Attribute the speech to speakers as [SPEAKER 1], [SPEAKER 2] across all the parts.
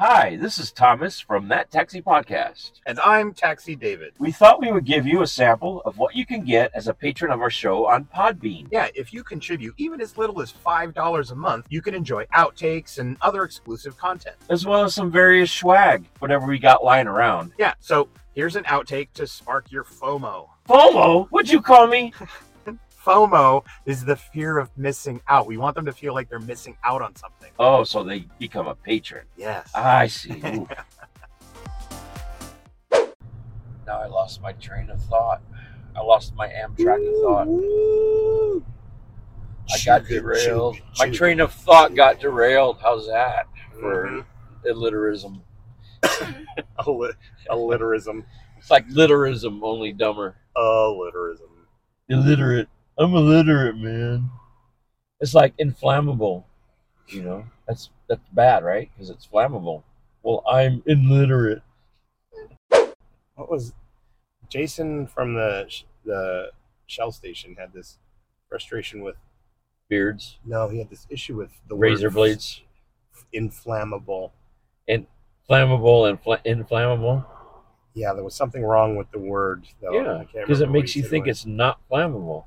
[SPEAKER 1] Hi, this is Thomas from That Taxi Podcast.
[SPEAKER 2] And I'm Taxi David.
[SPEAKER 1] We thought we would give you a sample of what you can get as a patron of our show on Podbean.
[SPEAKER 2] Yeah, if you contribute even as little as $5 a month, you can enjoy outtakes and other exclusive content.
[SPEAKER 1] As well as some various swag, whatever we got lying around.
[SPEAKER 2] Yeah, so here's an outtake to spark your FOMO.
[SPEAKER 1] FOMO? What'd you call me?
[SPEAKER 2] FOMO is the fear of missing out. We want them to feel like they're missing out on something.
[SPEAKER 1] Oh, so they become a patron.
[SPEAKER 2] Yes.
[SPEAKER 1] I see. Ooh. now I lost my train of thought. I lost my Amtrak of thought.
[SPEAKER 2] Ooh.
[SPEAKER 1] I got
[SPEAKER 2] Chugga,
[SPEAKER 1] derailed.
[SPEAKER 2] chugga,
[SPEAKER 1] My
[SPEAKER 2] chugga.
[SPEAKER 1] train of thought got derailed. How's that for
[SPEAKER 2] Mhm.
[SPEAKER 1] illiterism? Mm-hmm.
[SPEAKER 2] Alli- Alliterism.
[SPEAKER 1] It's like literism, only dumber.
[SPEAKER 2] Alliterism.
[SPEAKER 1] illiterate. I'm illiterate, man. It's like inflammable, you know. That's that's bad, right? Because it's flammable. Well, I'm illiterate.
[SPEAKER 2] What was Jason from the sh- the Shell station had this frustration with?
[SPEAKER 1] Beards,
[SPEAKER 2] No, he had this issue with the word
[SPEAKER 1] razor blades,
[SPEAKER 2] inflammable.
[SPEAKER 1] and flammable and fla- inflammable.
[SPEAKER 2] Yeah, there was something wrong with the word. Though.
[SPEAKER 1] yeah,
[SPEAKER 2] I can't
[SPEAKER 1] because it
[SPEAKER 2] remember what
[SPEAKER 1] makes
[SPEAKER 2] he
[SPEAKER 1] you
[SPEAKER 2] said
[SPEAKER 1] think
[SPEAKER 2] was-
[SPEAKER 1] it's not flammable.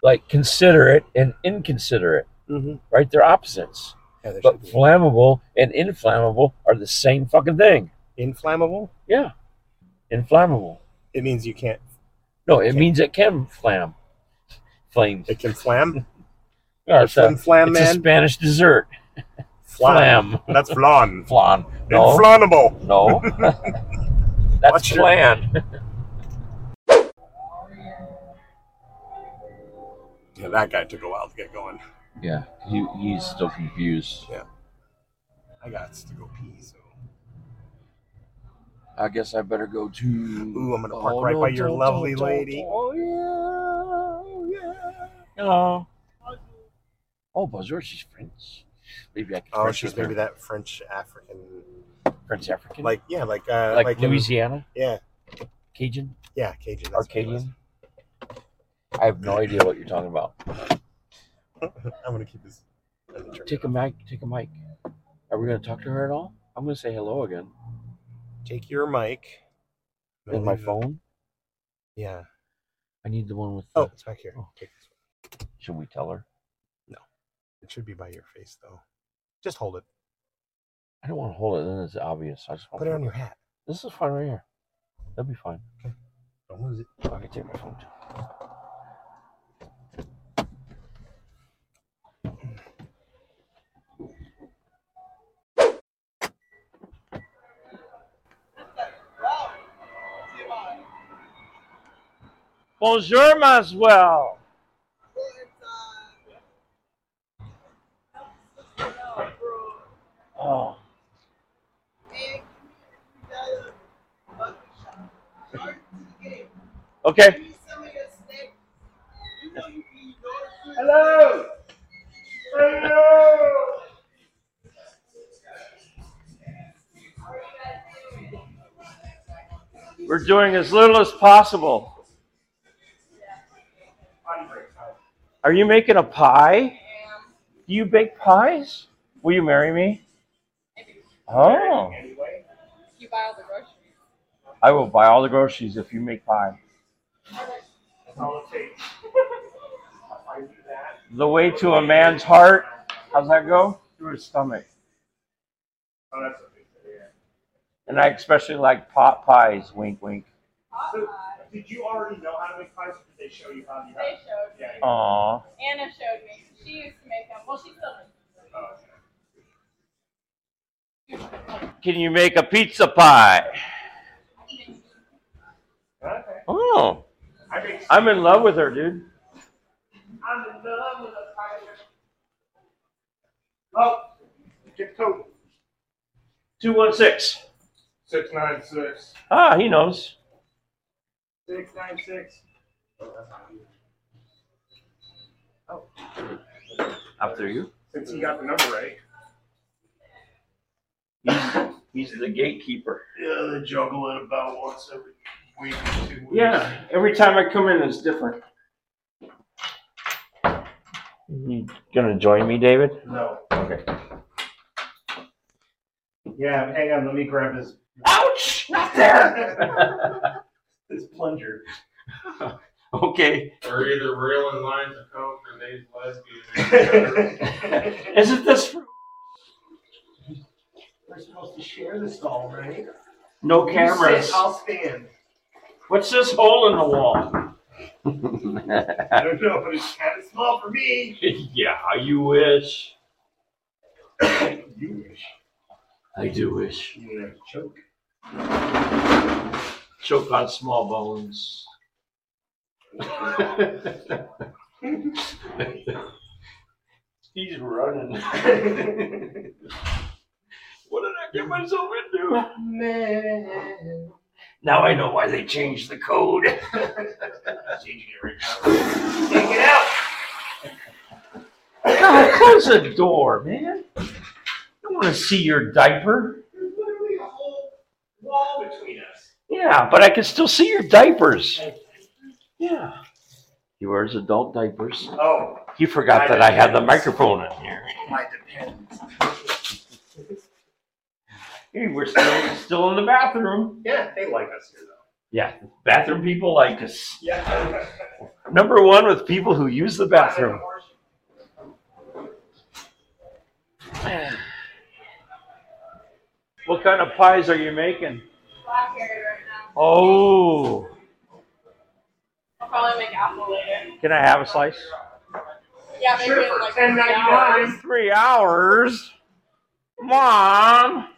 [SPEAKER 1] Like considerate and inconsiderate,
[SPEAKER 2] Mhm.
[SPEAKER 1] right? They're opposites.
[SPEAKER 2] Yeah, there should
[SPEAKER 1] mm-hmm. But
[SPEAKER 2] be.
[SPEAKER 1] flammable and inflammable are the same fucking thing.
[SPEAKER 2] inflammable.
[SPEAKER 1] Yeah, inflammable.
[SPEAKER 2] It means you can't.
[SPEAKER 1] No, it
[SPEAKER 2] Okay.
[SPEAKER 1] means it can flam. Flame.
[SPEAKER 2] It can flam.
[SPEAKER 1] Yeah, it's a,
[SPEAKER 2] flim flam
[SPEAKER 1] it's a
[SPEAKER 2] man.
[SPEAKER 1] Spanish dessert. Flam.
[SPEAKER 2] That's flan.
[SPEAKER 1] Flan. No.
[SPEAKER 2] Inflammable.
[SPEAKER 1] No. That's
[SPEAKER 2] Watch your-
[SPEAKER 1] flan.
[SPEAKER 2] Yeah, that guy took a while to get going.
[SPEAKER 1] Yeah, he, he's still confused.
[SPEAKER 2] I got to go pee. So.
[SPEAKER 1] I guess I better go to.
[SPEAKER 2] Ooh, I'm gonna park right by your lovely lady.
[SPEAKER 1] Oh, yeah. Oh, yeah. Hello. Oh, bonjour. She's French. Maybe I can.
[SPEAKER 2] Oh,
[SPEAKER 1] French
[SPEAKER 2] she's
[SPEAKER 1] with her.
[SPEAKER 2] maybe that French African.
[SPEAKER 1] French African.
[SPEAKER 2] Like yeah, like uh,
[SPEAKER 1] like,
[SPEAKER 2] in-
[SPEAKER 1] Louisiana?
[SPEAKER 2] yeah,
[SPEAKER 1] Cajun?
[SPEAKER 2] yeah, Cajun. that's what it was.
[SPEAKER 1] Arcadian? I have no idea what you're talking about.
[SPEAKER 2] I'm gonna keep this. I'm gonna turn
[SPEAKER 1] Take
[SPEAKER 2] it
[SPEAKER 1] a
[SPEAKER 2] off.
[SPEAKER 1] mic. Take a mic. Are we going to talk to her at all? I'm going to say hello again.
[SPEAKER 2] Take your mic.
[SPEAKER 1] In my phone?
[SPEAKER 2] Yeah.
[SPEAKER 1] I need the one with. The,
[SPEAKER 2] Oh, it's back here.
[SPEAKER 1] Oh.
[SPEAKER 2] Take this one.
[SPEAKER 1] Should we tell her?
[SPEAKER 2] It should be by your face though. Just hold it.
[SPEAKER 1] I don't want to hold it. Then it's obvious. I just want
[SPEAKER 2] Put it on your hat.
[SPEAKER 1] This is fine right here. That'll be fine.
[SPEAKER 2] Don't lose it.
[SPEAKER 1] I can take my phone too. Bonjour, Maswell. Oh. Okay.
[SPEAKER 3] Hello! Hello!
[SPEAKER 1] We're doing as little as possible. Are you making a pie? Do you bake pies? Will you marry me? Oh,
[SPEAKER 4] You buy all the groceries.
[SPEAKER 1] I will buy all the groceries if you make pie.
[SPEAKER 3] That's all it takes. I do that.
[SPEAKER 1] The way to a man's heart, how's that go? Through his stomach.
[SPEAKER 3] Oh, that's a big thing.
[SPEAKER 1] And I especially like pot pies, wink, wink.
[SPEAKER 3] So, did you already know how to make pies, or did they show you how to?
[SPEAKER 4] They showed me.
[SPEAKER 3] Yeah. yeah.
[SPEAKER 1] Aw.
[SPEAKER 4] Anna showed me. She used to make them. Well, she still makes them.
[SPEAKER 3] Oh, okay.
[SPEAKER 1] Can you make a pizza pie?
[SPEAKER 4] I can make them.
[SPEAKER 3] Okay.
[SPEAKER 1] Oh,
[SPEAKER 3] I make.
[SPEAKER 1] I'm in love with her, dude.
[SPEAKER 3] I'm in love with a tiger. Oh, get code
[SPEAKER 1] 216.
[SPEAKER 3] six nine six
[SPEAKER 1] Ah, he knows.
[SPEAKER 3] six nine six.
[SPEAKER 1] After you.
[SPEAKER 3] Since he got the number right.
[SPEAKER 1] He's the gatekeeper.
[SPEAKER 3] Yeah, they juggle it about once every week or two weeks.
[SPEAKER 1] Yeah, every time I come in, it's different. You gonna join me, David?
[SPEAKER 3] No.
[SPEAKER 1] Okay.
[SPEAKER 2] Yeah, hang on. Let me grab his
[SPEAKER 1] Ouch! Not there!
[SPEAKER 2] his plunger.
[SPEAKER 1] Okay.
[SPEAKER 5] They're either real in lines of coke or they's lesbian.
[SPEAKER 1] Isn't this
[SPEAKER 2] We're supposed to share this all, right?
[SPEAKER 1] no cameras?
[SPEAKER 2] I'll stand.
[SPEAKER 1] What's this hole in the wall?
[SPEAKER 2] I don't know, but it's kind of small for me.
[SPEAKER 1] yeah, you wish.
[SPEAKER 2] You wish.
[SPEAKER 1] I do wish.
[SPEAKER 2] You know, choke.
[SPEAKER 1] Choke on small bones. He's running. what did I get myself into?
[SPEAKER 2] Man.
[SPEAKER 1] Now I know why they changed the code.
[SPEAKER 2] Take it out.
[SPEAKER 1] God, close the door, man. I don't want to see your diaper.
[SPEAKER 2] There's literally a whole wall between us.
[SPEAKER 1] Yeah, but I can still see your diapers. Yeah. He wears adult diapers.
[SPEAKER 2] Oh,
[SPEAKER 1] He forgot that I had the microphone in here.
[SPEAKER 2] my depends.
[SPEAKER 1] Hey, we're still still in the bathroom.
[SPEAKER 2] Yeah, they like us here, though.
[SPEAKER 1] Bathroom people like us.
[SPEAKER 2] Yeah.
[SPEAKER 1] Number one with people who use the bathroom. What kind of pies are you making?
[SPEAKER 6] Blackberry right now.
[SPEAKER 1] Oh,
[SPEAKER 6] I'll probably make apple later.
[SPEAKER 1] can I have a slice?
[SPEAKER 6] Yeah, maybe
[SPEAKER 2] Sure,
[SPEAKER 6] in like
[SPEAKER 2] for
[SPEAKER 6] three hours.
[SPEAKER 1] Three
[SPEAKER 2] $10.99.
[SPEAKER 1] hours? Mom!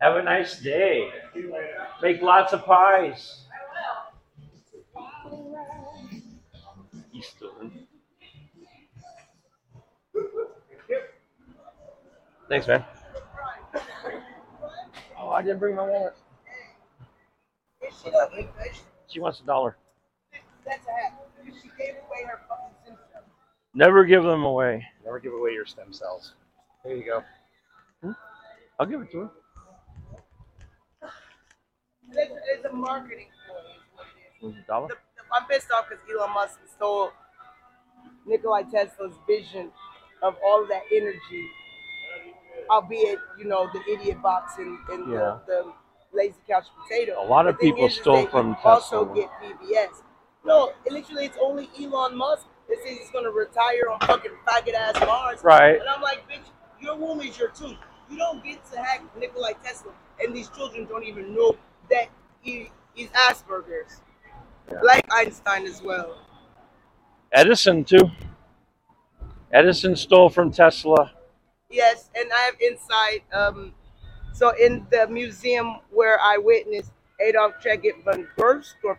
[SPEAKER 1] Have a nice day. Make lots of pies.
[SPEAKER 6] I will.
[SPEAKER 1] He's still in. Thanks, man. Oh, I didn't bring my wallet. She wants a dollar.
[SPEAKER 7] That's a hat. She gave away her fucking sister.
[SPEAKER 1] Never give them away.
[SPEAKER 2] Never give away your stem cells. There you go.
[SPEAKER 1] I'll give it to her.
[SPEAKER 7] There's, there's a marketing for it, is what
[SPEAKER 1] It
[SPEAKER 7] it
[SPEAKER 1] was a dollar.
[SPEAKER 7] is. The- the- I'm pissed off because Elon Musk stole Nikolai Tesla's vision of all that energy, albeit, you know, the idiot box and, and
[SPEAKER 1] Yeah.
[SPEAKER 7] the, the lazy couch potato.
[SPEAKER 1] A lot of
[SPEAKER 7] The thing
[SPEAKER 1] people
[SPEAKER 7] is, is
[SPEAKER 1] stole
[SPEAKER 7] that you
[SPEAKER 1] from
[SPEAKER 7] Also
[SPEAKER 1] Tesla.
[SPEAKER 7] get PBS. No, it literally, it's only Elon Musk that says he's going to retire on fucking faggot ass Mars.
[SPEAKER 1] Right.
[SPEAKER 7] And I'm like, bitch, your womb is your tooth. You don't get to hack Nikolai Tesla, and these children don't even know that he is Asperger's, like Einstein as well.
[SPEAKER 1] Edison, too. Edison stole from Tesla.
[SPEAKER 7] Yes, and I have insight. Um, so in the museum where I witnessed Adolf Tregit von Bernstorff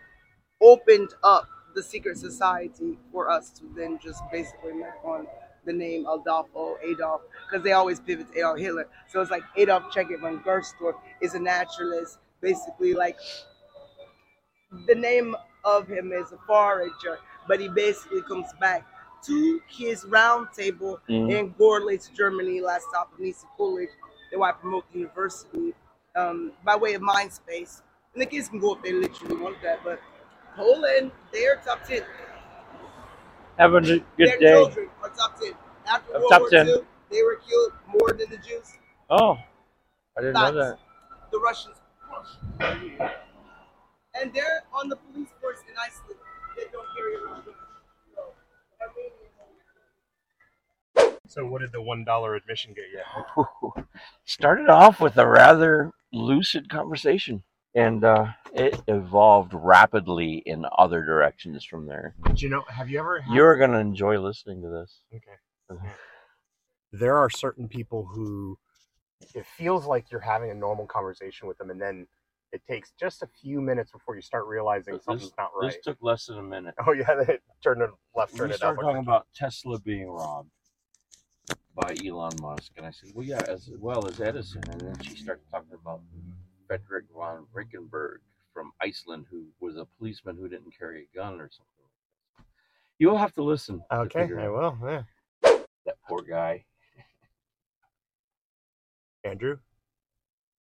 [SPEAKER 7] opened up the secret society for us to then just basically make on the name Adolfo Adolf because they always pivot to Adolf Hitler. So it's like Adolf Tregit von Gerstorff is a naturalist, basically like the name of him is a forager, but he basically comes back to his round table
[SPEAKER 1] Mm-hmm.
[SPEAKER 7] in Gorlitz, Germany, last stop Nisa Coolidge, the White Promote University, um, by way of Mindspace. And the kids can go if they literally want that, but Poland, they are top 10.
[SPEAKER 1] Have a good
[SPEAKER 7] Their
[SPEAKER 1] day.
[SPEAKER 7] children are top 10. After
[SPEAKER 1] Uh,
[SPEAKER 7] World
[SPEAKER 1] top
[SPEAKER 7] War
[SPEAKER 1] 10.
[SPEAKER 7] II, they were killed more than the Jews.
[SPEAKER 1] Oh, I didn't know
[SPEAKER 7] Thoughts?
[SPEAKER 1] that.
[SPEAKER 7] The Russians. And they're on the police force in Iceland. They don't carry around. guns. So, Armenians.
[SPEAKER 2] So, what did the one dollar admission get you?
[SPEAKER 1] started off with a rather lucid conversation and uh, it evolved rapidly in other directions from there
[SPEAKER 2] But you know, have you ever? had-
[SPEAKER 1] you're going to enjoy listening to this
[SPEAKER 2] Okay. There are certain people who it feels like you're having a normal conversation with them, and then it takes just a few minutes before you start realizing
[SPEAKER 8] This-
[SPEAKER 2] something's not right.
[SPEAKER 1] this took less than a minute
[SPEAKER 2] Oh yeah, they turn it left, turn
[SPEAKER 8] we
[SPEAKER 2] it up.
[SPEAKER 8] started talking about Tesla being robbed by Elon Musk, and I said, "Well, yeah, as well as Edison." And then she started talking about Frederick von Rickenberg from Iceland, who was a policeman who didn't carry a gun or something. You'll have to listen. to
[SPEAKER 2] Okay,
[SPEAKER 8] figure
[SPEAKER 2] I
[SPEAKER 8] out
[SPEAKER 2] will. Yeah.
[SPEAKER 8] That poor guy. Is
[SPEAKER 2] Andrew.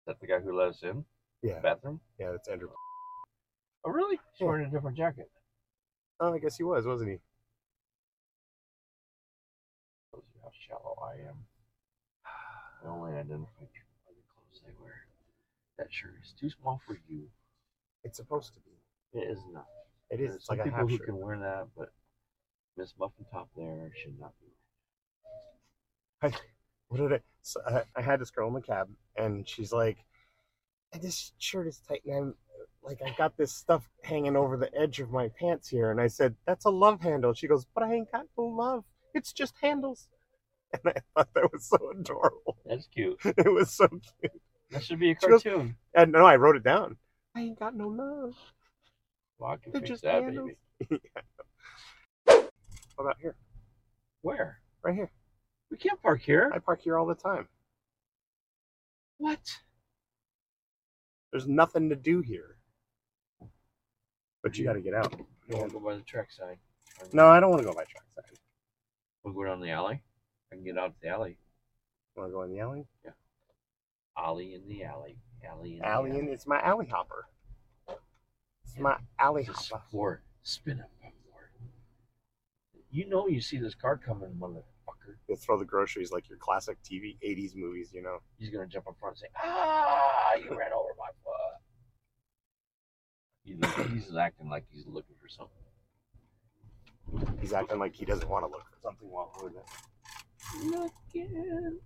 [SPEAKER 8] that the guy who let us in?
[SPEAKER 2] Yeah.
[SPEAKER 8] Bathroom.
[SPEAKER 2] Yeah, that's Andrew.
[SPEAKER 8] Oh, really? He's
[SPEAKER 2] Yeah.
[SPEAKER 8] wearing a different jacket.
[SPEAKER 2] Oh, I guess he was, wasn't he?
[SPEAKER 1] shallow I am. I only identify people by the clothes they wear. That shirt is too small for you.
[SPEAKER 2] It's supposed to be.
[SPEAKER 1] It is not.
[SPEAKER 2] It is. It's
[SPEAKER 1] Some
[SPEAKER 2] like a
[SPEAKER 1] people
[SPEAKER 2] half
[SPEAKER 1] who
[SPEAKER 2] shirt.
[SPEAKER 1] can wear that, but Miss Muffin Top there should not be.
[SPEAKER 2] What did I? So I, I had this girl in the cab, and she's like, "And "This shirt is tight, and I'm like, I've got this stuff hanging over the edge of my pants here." And I said, "That's a love handle." She goes, "But I ain't got no love. It's just handles." And I thought that was so adorable.
[SPEAKER 1] That's cute.
[SPEAKER 2] It was so cute.
[SPEAKER 1] That should be a
[SPEAKER 2] She goes-
[SPEAKER 1] cartoon.
[SPEAKER 2] And no, I wrote it down. I ain't got no love.
[SPEAKER 1] Well, I can
[SPEAKER 2] They're
[SPEAKER 1] fix
[SPEAKER 2] just
[SPEAKER 1] that,
[SPEAKER 2] handles.
[SPEAKER 1] baby.
[SPEAKER 2] What about here?
[SPEAKER 1] Where?
[SPEAKER 2] Right here.
[SPEAKER 1] We can't park here.
[SPEAKER 2] I park here all the time.
[SPEAKER 1] What?
[SPEAKER 2] There's nothing to do here. But you got to get out.
[SPEAKER 1] You want to go by the track side?
[SPEAKER 2] No, I don't want to go by trackside.
[SPEAKER 1] We'll go down the alley. I can get out of the alley.
[SPEAKER 2] Want to go in the alley?
[SPEAKER 1] Alley in the alley. Alley in the
[SPEAKER 2] Alley, in it's my alley hopper. It's my alley
[SPEAKER 1] It's a
[SPEAKER 2] hopper.
[SPEAKER 1] sport. Spin up a board. You know you see this car coming, motherfucker.
[SPEAKER 2] You'll throw the groceries like your classic TV, 80s movies, you know.
[SPEAKER 1] He's gonna jump up front and say, "Ah, you ran over my foot." He look- he's acting like he's looking for something.
[SPEAKER 2] He's acting like he doesn't want to look for something while doing it.
[SPEAKER 1] Looking,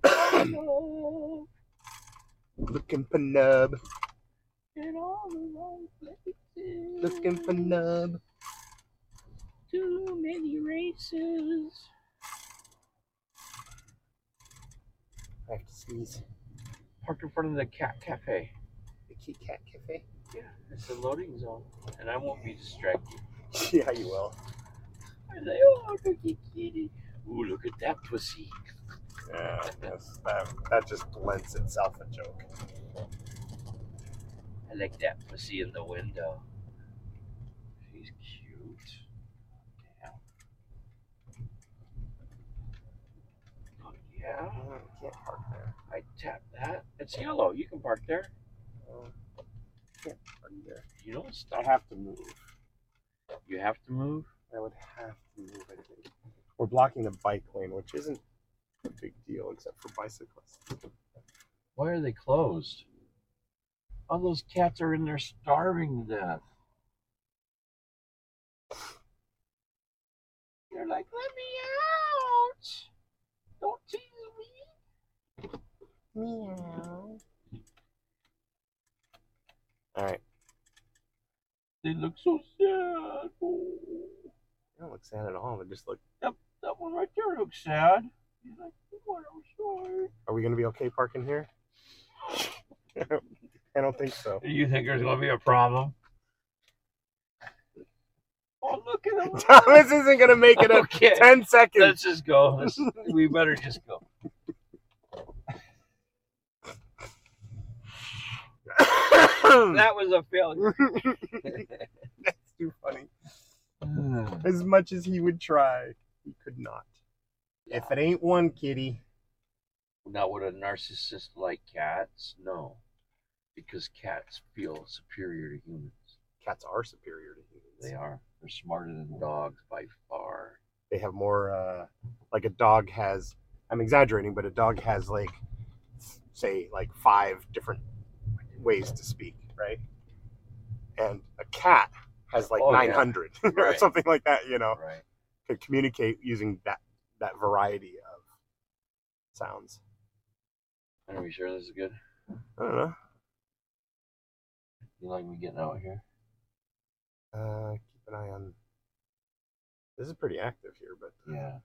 [SPEAKER 2] Looking for nub.
[SPEAKER 1] in all the wrong places.
[SPEAKER 2] Looking for nub.
[SPEAKER 1] too many races.
[SPEAKER 2] I have to sneeze.
[SPEAKER 1] Parked in front of the cat cafe.
[SPEAKER 2] The Kit Kat Cafe?
[SPEAKER 1] Yeah, it's a loading zone, and I won't be distracted.
[SPEAKER 2] yeah, you will.
[SPEAKER 1] I say, "Oh, look at kitty! Ooh, look at that pussy!"
[SPEAKER 2] Yeah, that's, that, that just lends itself a joke.
[SPEAKER 1] I like that pussy in the window. She's cute. Damn. Oh, yeah.
[SPEAKER 2] Oh, you can't park there.
[SPEAKER 1] I tap that. It's yellow. You can park there.
[SPEAKER 2] Oh, you can't park there.
[SPEAKER 1] You don't stop.
[SPEAKER 2] I'd have to move.
[SPEAKER 1] You have to move.
[SPEAKER 2] I would have to move, I think. We're blocking the bike lane, which isn't a big deal except for bicyclists.
[SPEAKER 1] Why are they closed? All those cats are in there starving to death. They're like, let me out! Don't tease me!
[SPEAKER 2] All right.
[SPEAKER 1] They look so sad. Oh,
[SPEAKER 2] They don't look sad at all. They just look.
[SPEAKER 1] that one right there looks sad. He's like, what? I'm sorry.
[SPEAKER 2] Are we going to be okay parking here? I don't think so.
[SPEAKER 1] You think there's gonna be a problem? Oh, look at him!
[SPEAKER 2] Thomas isn't going to make it up
[SPEAKER 1] Okay.
[SPEAKER 2] 10 seconds.
[SPEAKER 1] Let's just go. Let's, we better just go.
[SPEAKER 2] That's
[SPEAKER 1] That was a failure.
[SPEAKER 2] too funny. As much as he would try, he could not. If it ain't one kitty,
[SPEAKER 1] Not with a narcissist like cats, no. Because cats feel superior to humans.
[SPEAKER 2] cats are superior to humans.
[SPEAKER 1] They are. They're smarter than dogs by far.
[SPEAKER 2] they have more uh, like a dog has i'm exaggerating but a dog has like say like five different ways to speak right and a cat has like
[SPEAKER 1] Oh, yeah.
[SPEAKER 2] 900 or
[SPEAKER 1] Right.
[SPEAKER 2] something like that you know
[SPEAKER 1] Right.
[SPEAKER 2] could communicate using that that variety of sounds
[SPEAKER 1] Are we sure this is good?
[SPEAKER 2] i don't know
[SPEAKER 1] You like me getting out here?
[SPEAKER 2] uh, keep an eye on this is pretty active here but
[SPEAKER 1] Yeah.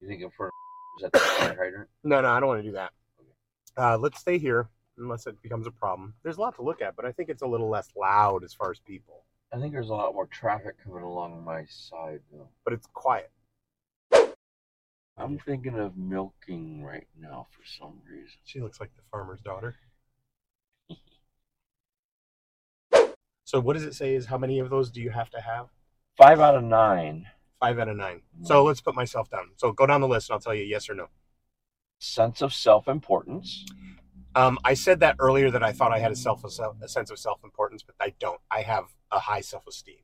[SPEAKER 1] You think in front of is that the fire hydrant?
[SPEAKER 2] No, no, I don't want to do that. Uh, let's stay here unless it becomes a problem. There's a lot to look at, but I think it's a little less loud as far as people,
[SPEAKER 1] I think there's a lot more traffic coming along my side though.
[SPEAKER 2] but it's quiet.
[SPEAKER 1] I'm thinking of milking right now for some reason.
[SPEAKER 2] She looks like the farmer's daughter. so, what does it say is how many of those do you have to have?
[SPEAKER 9] Five out of nine.
[SPEAKER 2] Five out of 9 So, let's put myself down. So, go down the list and I'll tell you yes or no.
[SPEAKER 9] Sense of self importance.
[SPEAKER 2] Um, I said that earlier that I thought I had a, self, a
[SPEAKER 1] Mm-hmm.
[SPEAKER 2] sense of self importance, but I don't. I have a high self esteem.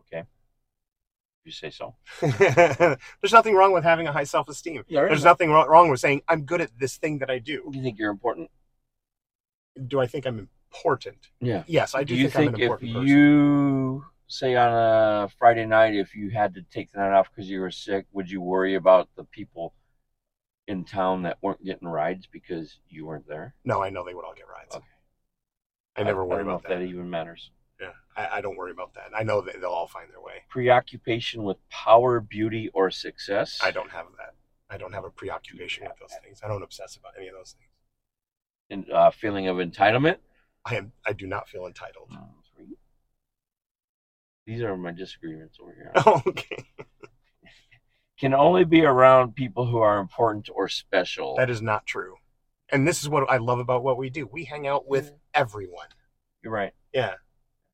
[SPEAKER 9] Okay.
[SPEAKER 1] you say so.
[SPEAKER 2] There's nothing wrong with having a high self esteem.
[SPEAKER 1] Yeah,
[SPEAKER 2] There's nothing wro- wrong with saying, I'm good at this thing that I do.
[SPEAKER 1] You think you're important?
[SPEAKER 2] Do I think I'm important?
[SPEAKER 1] Yeah.
[SPEAKER 2] Yes, I do,
[SPEAKER 1] do you
[SPEAKER 2] think,
[SPEAKER 1] think
[SPEAKER 2] I'm an
[SPEAKER 1] if
[SPEAKER 2] important person.
[SPEAKER 1] you say on a Friday night if you had to take the night off because you were sick, would you worry about the people in town that weren't getting rides because you weren't there?
[SPEAKER 2] No, I know they would all get rides.
[SPEAKER 1] Okay.
[SPEAKER 2] I never worry
[SPEAKER 1] don't know
[SPEAKER 2] about
[SPEAKER 1] if
[SPEAKER 2] that.
[SPEAKER 1] That e even matters.
[SPEAKER 2] Yeah, I, I don't worry about that. I know that they'll all find their way.
[SPEAKER 1] Preoccupation with power, beauty, or success.
[SPEAKER 2] I don't have that. I don't have a preoccupation with those things. I don't obsess about any of those things.
[SPEAKER 1] And uh, feeling of entitlement.
[SPEAKER 2] I am. I do not feel entitled.
[SPEAKER 1] Three. These are my disagreements over here.
[SPEAKER 2] okay,
[SPEAKER 1] Can only be around people who are important or special.
[SPEAKER 2] that is not true. And this is what I love about what we do. We hang out with
[SPEAKER 1] Mm.
[SPEAKER 2] everyone.
[SPEAKER 1] You're right.
[SPEAKER 2] Yeah.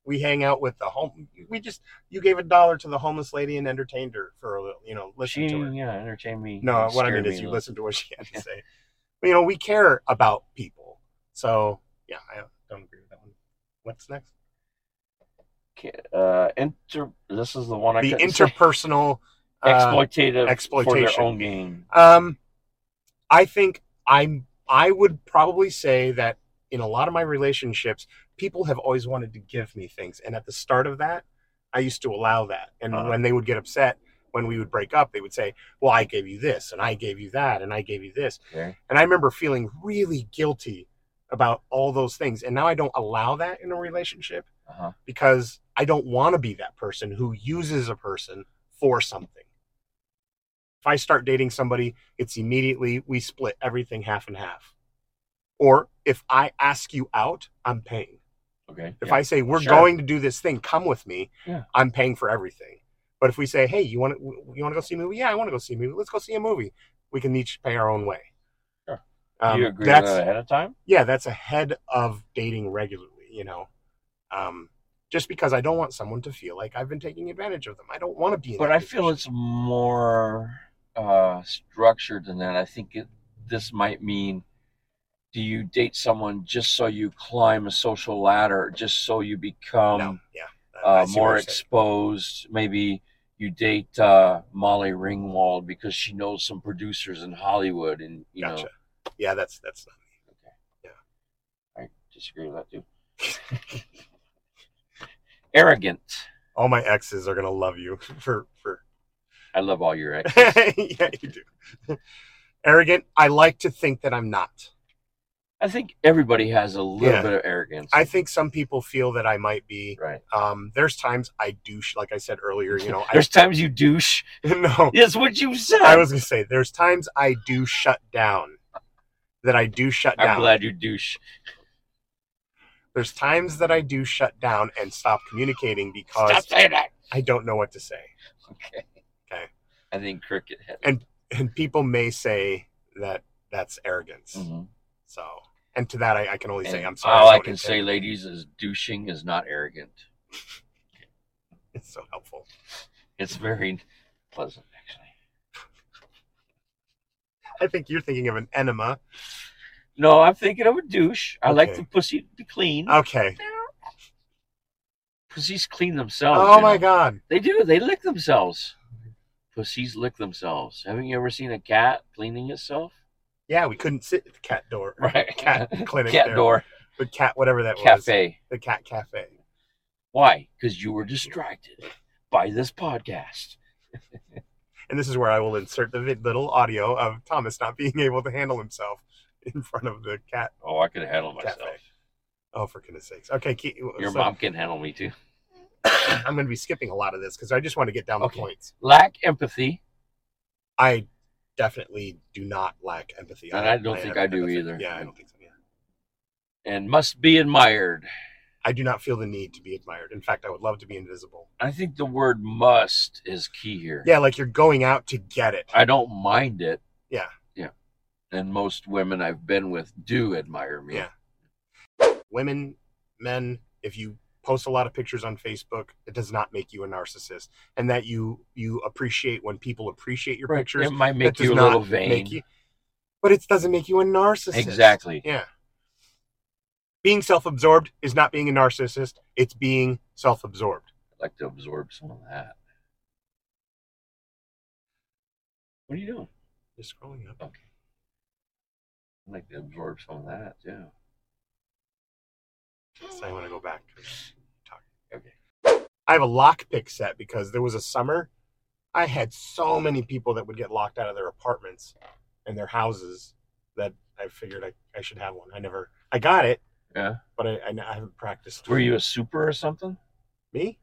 [SPEAKER 2] We hang out with the home. We just you gave a dollar to the homeless lady and entertained her for a little. You know,
[SPEAKER 1] She,
[SPEAKER 2] listen to her.
[SPEAKER 1] yeah, entertain me.
[SPEAKER 2] No,
[SPEAKER 1] and
[SPEAKER 2] what I
[SPEAKER 1] scare
[SPEAKER 2] mean
[SPEAKER 1] me
[SPEAKER 2] is
[SPEAKER 1] a
[SPEAKER 2] you
[SPEAKER 1] little.
[SPEAKER 2] listen to what she had to say. But, you know, we care about people. So yeah, I don't agree with that one. What's next?
[SPEAKER 1] Ca- Uh, inter. This is the one I
[SPEAKER 2] the
[SPEAKER 1] couldn't say.
[SPEAKER 2] interpersonal uh,
[SPEAKER 1] exploitative for their
[SPEAKER 2] exploitation.
[SPEAKER 1] own gain.
[SPEAKER 2] um i think i'm i would probably say that in a lot of my relationships people have always wanted to give me things and at the start of that i used to allow that and
[SPEAKER 1] Uh-huh.
[SPEAKER 2] when they would get upset when we would break up they would say well i gave you this and i gave you that and i gave you this
[SPEAKER 1] Okay.
[SPEAKER 2] and i remember feeling really guilty about all those things and now i don't allow that in a relationship
[SPEAKER 1] Uh-huh.
[SPEAKER 2] because I don't want to be that person who uses a person for something. If I start dating somebody, it's immediately we split everything half and half. Or if I ask you out, I'm paying.
[SPEAKER 1] Okay.
[SPEAKER 2] If
[SPEAKER 1] yeah.
[SPEAKER 2] I say we're
[SPEAKER 1] Sure.
[SPEAKER 2] going to do this thing, come with me,
[SPEAKER 1] Yeah.
[SPEAKER 2] I'm paying for everything. But if we say, hey, you want to you want to go see a movie? Yeah, I want to go see a movie. Let's go see a movie. We can each pay our own way.
[SPEAKER 1] Sure.
[SPEAKER 2] Um,
[SPEAKER 1] Do you agree with
[SPEAKER 2] that's
[SPEAKER 1] that ahead of time?
[SPEAKER 2] yeah, that's ahead of dating regularly, you know. Um, just because I don't want someone to feel like I've been taking advantage of them. I don't want to be in
[SPEAKER 1] But
[SPEAKER 2] that
[SPEAKER 1] I feel
[SPEAKER 2] position.
[SPEAKER 1] it's more uh, structured than that. I think it, this might mean do you date someone just so you climb a social ladder, just so you become
[SPEAKER 2] No, yeah. I- I
[SPEAKER 1] uh,
[SPEAKER 2] see what
[SPEAKER 1] more
[SPEAKER 2] you're saying.
[SPEAKER 1] exposed? Maybe you date uh, Molly Ringwald because she knows some producers in Hollywood, and you
[SPEAKER 2] Gotcha.
[SPEAKER 1] know,
[SPEAKER 2] Yeah, that's that's not
[SPEAKER 1] I disagree with that too. Arrogant.
[SPEAKER 2] all my exes are gonna love you for for
[SPEAKER 1] I love all your ex.
[SPEAKER 2] yeah, you do. Arrogant, I like to think that I'm not.
[SPEAKER 1] I think everybody has a little
[SPEAKER 2] Yeah.
[SPEAKER 1] bit of arrogance.
[SPEAKER 2] I think some people feel that I might be.
[SPEAKER 1] right.
[SPEAKER 2] Um, there's times I douche, like I said earlier, you know, I
[SPEAKER 1] There's times you douche.
[SPEAKER 2] no.
[SPEAKER 1] That's what you said.
[SPEAKER 2] I was gonna say there's times I do shut down. That I do shut
[SPEAKER 1] I'm
[SPEAKER 2] down.
[SPEAKER 1] glad you douche.
[SPEAKER 2] There's times that I do shut down and stop communicating because
[SPEAKER 1] Stop saying that.
[SPEAKER 2] I don't know what to say.
[SPEAKER 1] Okay.
[SPEAKER 2] Okay.
[SPEAKER 1] I think cricket hit. it.
[SPEAKER 2] And- And people may say that that's arrogance.
[SPEAKER 1] Mhm.
[SPEAKER 2] So, and to that, I, I can only Mm-hmm. say,
[SPEAKER 1] And
[SPEAKER 2] I'm sorry.
[SPEAKER 1] All I
[SPEAKER 2] don't
[SPEAKER 1] can
[SPEAKER 2] intend
[SPEAKER 1] say,
[SPEAKER 2] to."
[SPEAKER 1] ladies, is douching is not arrogant.
[SPEAKER 2] It's so helpful.
[SPEAKER 1] It's very pleasant, actually.
[SPEAKER 2] I think you're thinking of an enema.
[SPEAKER 1] No, I'm thinking of a douche. I like
[SPEAKER 2] Okay. Uh,
[SPEAKER 1] the pussy to clean.
[SPEAKER 2] Okay.
[SPEAKER 1] Pussies clean themselves.
[SPEAKER 2] Oh
[SPEAKER 1] you
[SPEAKER 2] my
[SPEAKER 1] know?
[SPEAKER 2] God.
[SPEAKER 1] They do. They lick themselves. Pussies lick themselves. Haven't you ever seen a cat cleaning itself?
[SPEAKER 2] Yeah, we couldn't sit at the cat door.
[SPEAKER 1] Right.
[SPEAKER 2] Cat clinic.
[SPEAKER 1] Cat
[SPEAKER 2] there.
[SPEAKER 1] door.
[SPEAKER 2] The cat, whatever that was.
[SPEAKER 1] Cafe.
[SPEAKER 2] The cat cafe.
[SPEAKER 1] Why? Because you were distracted by this podcast.
[SPEAKER 2] And this is where I will insert the vid- little audio of Thomas not being able to handle himself in front of the cat.
[SPEAKER 1] Oh, I can handle myself.
[SPEAKER 2] Cafe. Oh, for goodness sakes. Okay. Keep,
[SPEAKER 1] Your
[SPEAKER 2] so-
[SPEAKER 1] mom can handle me too.
[SPEAKER 2] I'm going to be skipping a lot of this because I just want to get down the
[SPEAKER 1] Okay.
[SPEAKER 2] points.
[SPEAKER 1] Lack empathy.
[SPEAKER 2] I definitely do not lack empathy.
[SPEAKER 1] And I don't
[SPEAKER 2] am
[SPEAKER 1] think I do
[SPEAKER 2] empathetic.
[SPEAKER 1] either.
[SPEAKER 2] Yeah, I don't think so. Yeah.
[SPEAKER 1] and must be admired.
[SPEAKER 2] I do not feel the need to be admired. In fact, I would love to be invisible.
[SPEAKER 1] I think the word must is key here.
[SPEAKER 2] Yeah, like you're going out to get it.
[SPEAKER 1] I don't mind it.
[SPEAKER 2] Yeah.
[SPEAKER 1] Yeah. And most women I've been with do admire me.
[SPEAKER 2] Yeah. Women, men, if you post a lot of pictures on Facebook, it does not make you a narcissist. And that you you appreciate when people appreciate your
[SPEAKER 1] Right.
[SPEAKER 2] pictures.
[SPEAKER 1] It might
[SPEAKER 2] that
[SPEAKER 1] make
[SPEAKER 2] does
[SPEAKER 1] you a
[SPEAKER 2] not
[SPEAKER 1] little vain.
[SPEAKER 2] make you- but it doesn't make you a narcissist.
[SPEAKER 1] Exactly.
[SPEAKER 2] Yeah. Being self-absorbed is not being a narcissist. It's being self-absorbed.
[SPEAKER 1] I'd like to absorb some of that. What are you doing?
[SPEAKER 10] Just scrolling up.
[SPEAKER 1] I'd like to absorb some of that, yeah.
[SPEAKER 10] So I want to go back.
[SPEAKER 2] I have a lockpick set because there was a summer I had so many people that would get locked out of their apartments and their houses that I figured I, I should have one. I never, I got it.
[SPEAKER 1] Yeah.
[SPEAKER 2] But I, I, I haven't practiced.
[SPEAKER 1] Were you a super or something?
[SPEAKER 2] Me?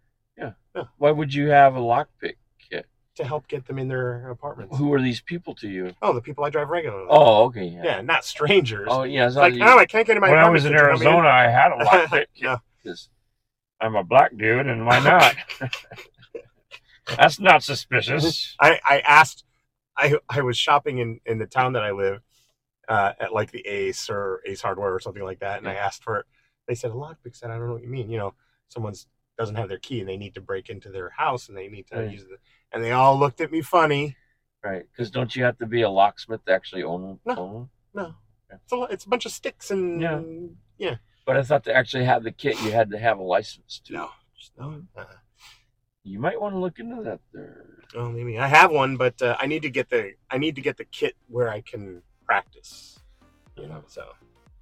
[SPEAKER 1] Why would you have a lockpick kit?
[SPEAKER 2] To help get them in their apartments.
[SPEAKER 1] Who are these people to you?
[SPEAKER 2] Oh, the people I drive regularly.
[SPEAKER 1] Oh, okay, yeah.
[SPEAKER 2] Yeah, not strangers.
[SPEAKER 1] Oh, yeah. it's not
[SPEAKER 2] like,
[SPEAKER 1] that you-
[SPEAKER 2] oh, I can't get in my
[SPEAKER 11] when I was
[SPEAKER 2] apartment.
[SPEAKER 11] in
[SPEAKER 2] Could you let
[SPEAKER 11] Arizona,
[SPEAKER 2] me
[SPEAKER 11] I had a lockpick.
[SPEAKER 2] yeah.
[SPEAKER 1] this-
[SPEAKER 11] I'm a black dude, and why not? That's not suspicious.
[SPEAKER 2] I, I asked I I was shopping in in the town that I live uh, at like the Ace or Ace Hardware or something like that, and I asked for they said a lockpick said I don't know what you mean. You know, someone's doesn't have their key and they need to break into their house and they need to
[SPEAKER 1] Right.
[SPEAKER 2] use the and they all looked at me funny.
[SPEAKER 1] Right, because don't you have to be a locksmith to actually own,
[SPEAKER 2] No.
[SPEAKER 1] own them?
[SPEAKER 2] No. It's a, lo- it's a bunch of sticks and
[SPEAKER 1] Yeah. But I thought to actually have the kit, you had to have a license too.
[SPEAKER 2] no. Just no. uh
[SPEAKER 1] You might want to look into that there.
[SPEAKER 2] Oh, maybe I have one, but uh, I need to get the I need to get the kit where I can practice. You know, so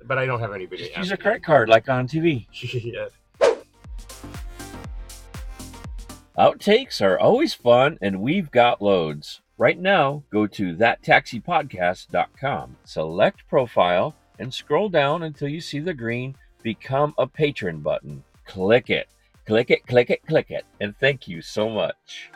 [SPEAKER 2] but I don't have anybody.
[SPEAKER 1] Just use
[SPEAKER 2] asking.
[SPEAKER 1] a credit card like on TV.
[SPEAKER 2] yeah.
[SPEAKER 1] Outtakes are always fun, and we've got loads. Right now, go to thattaxipodcast.com, select profile, and scroll down until you see the green Become a Patron button. Click it. Click it, click it, click it. And thank you so much.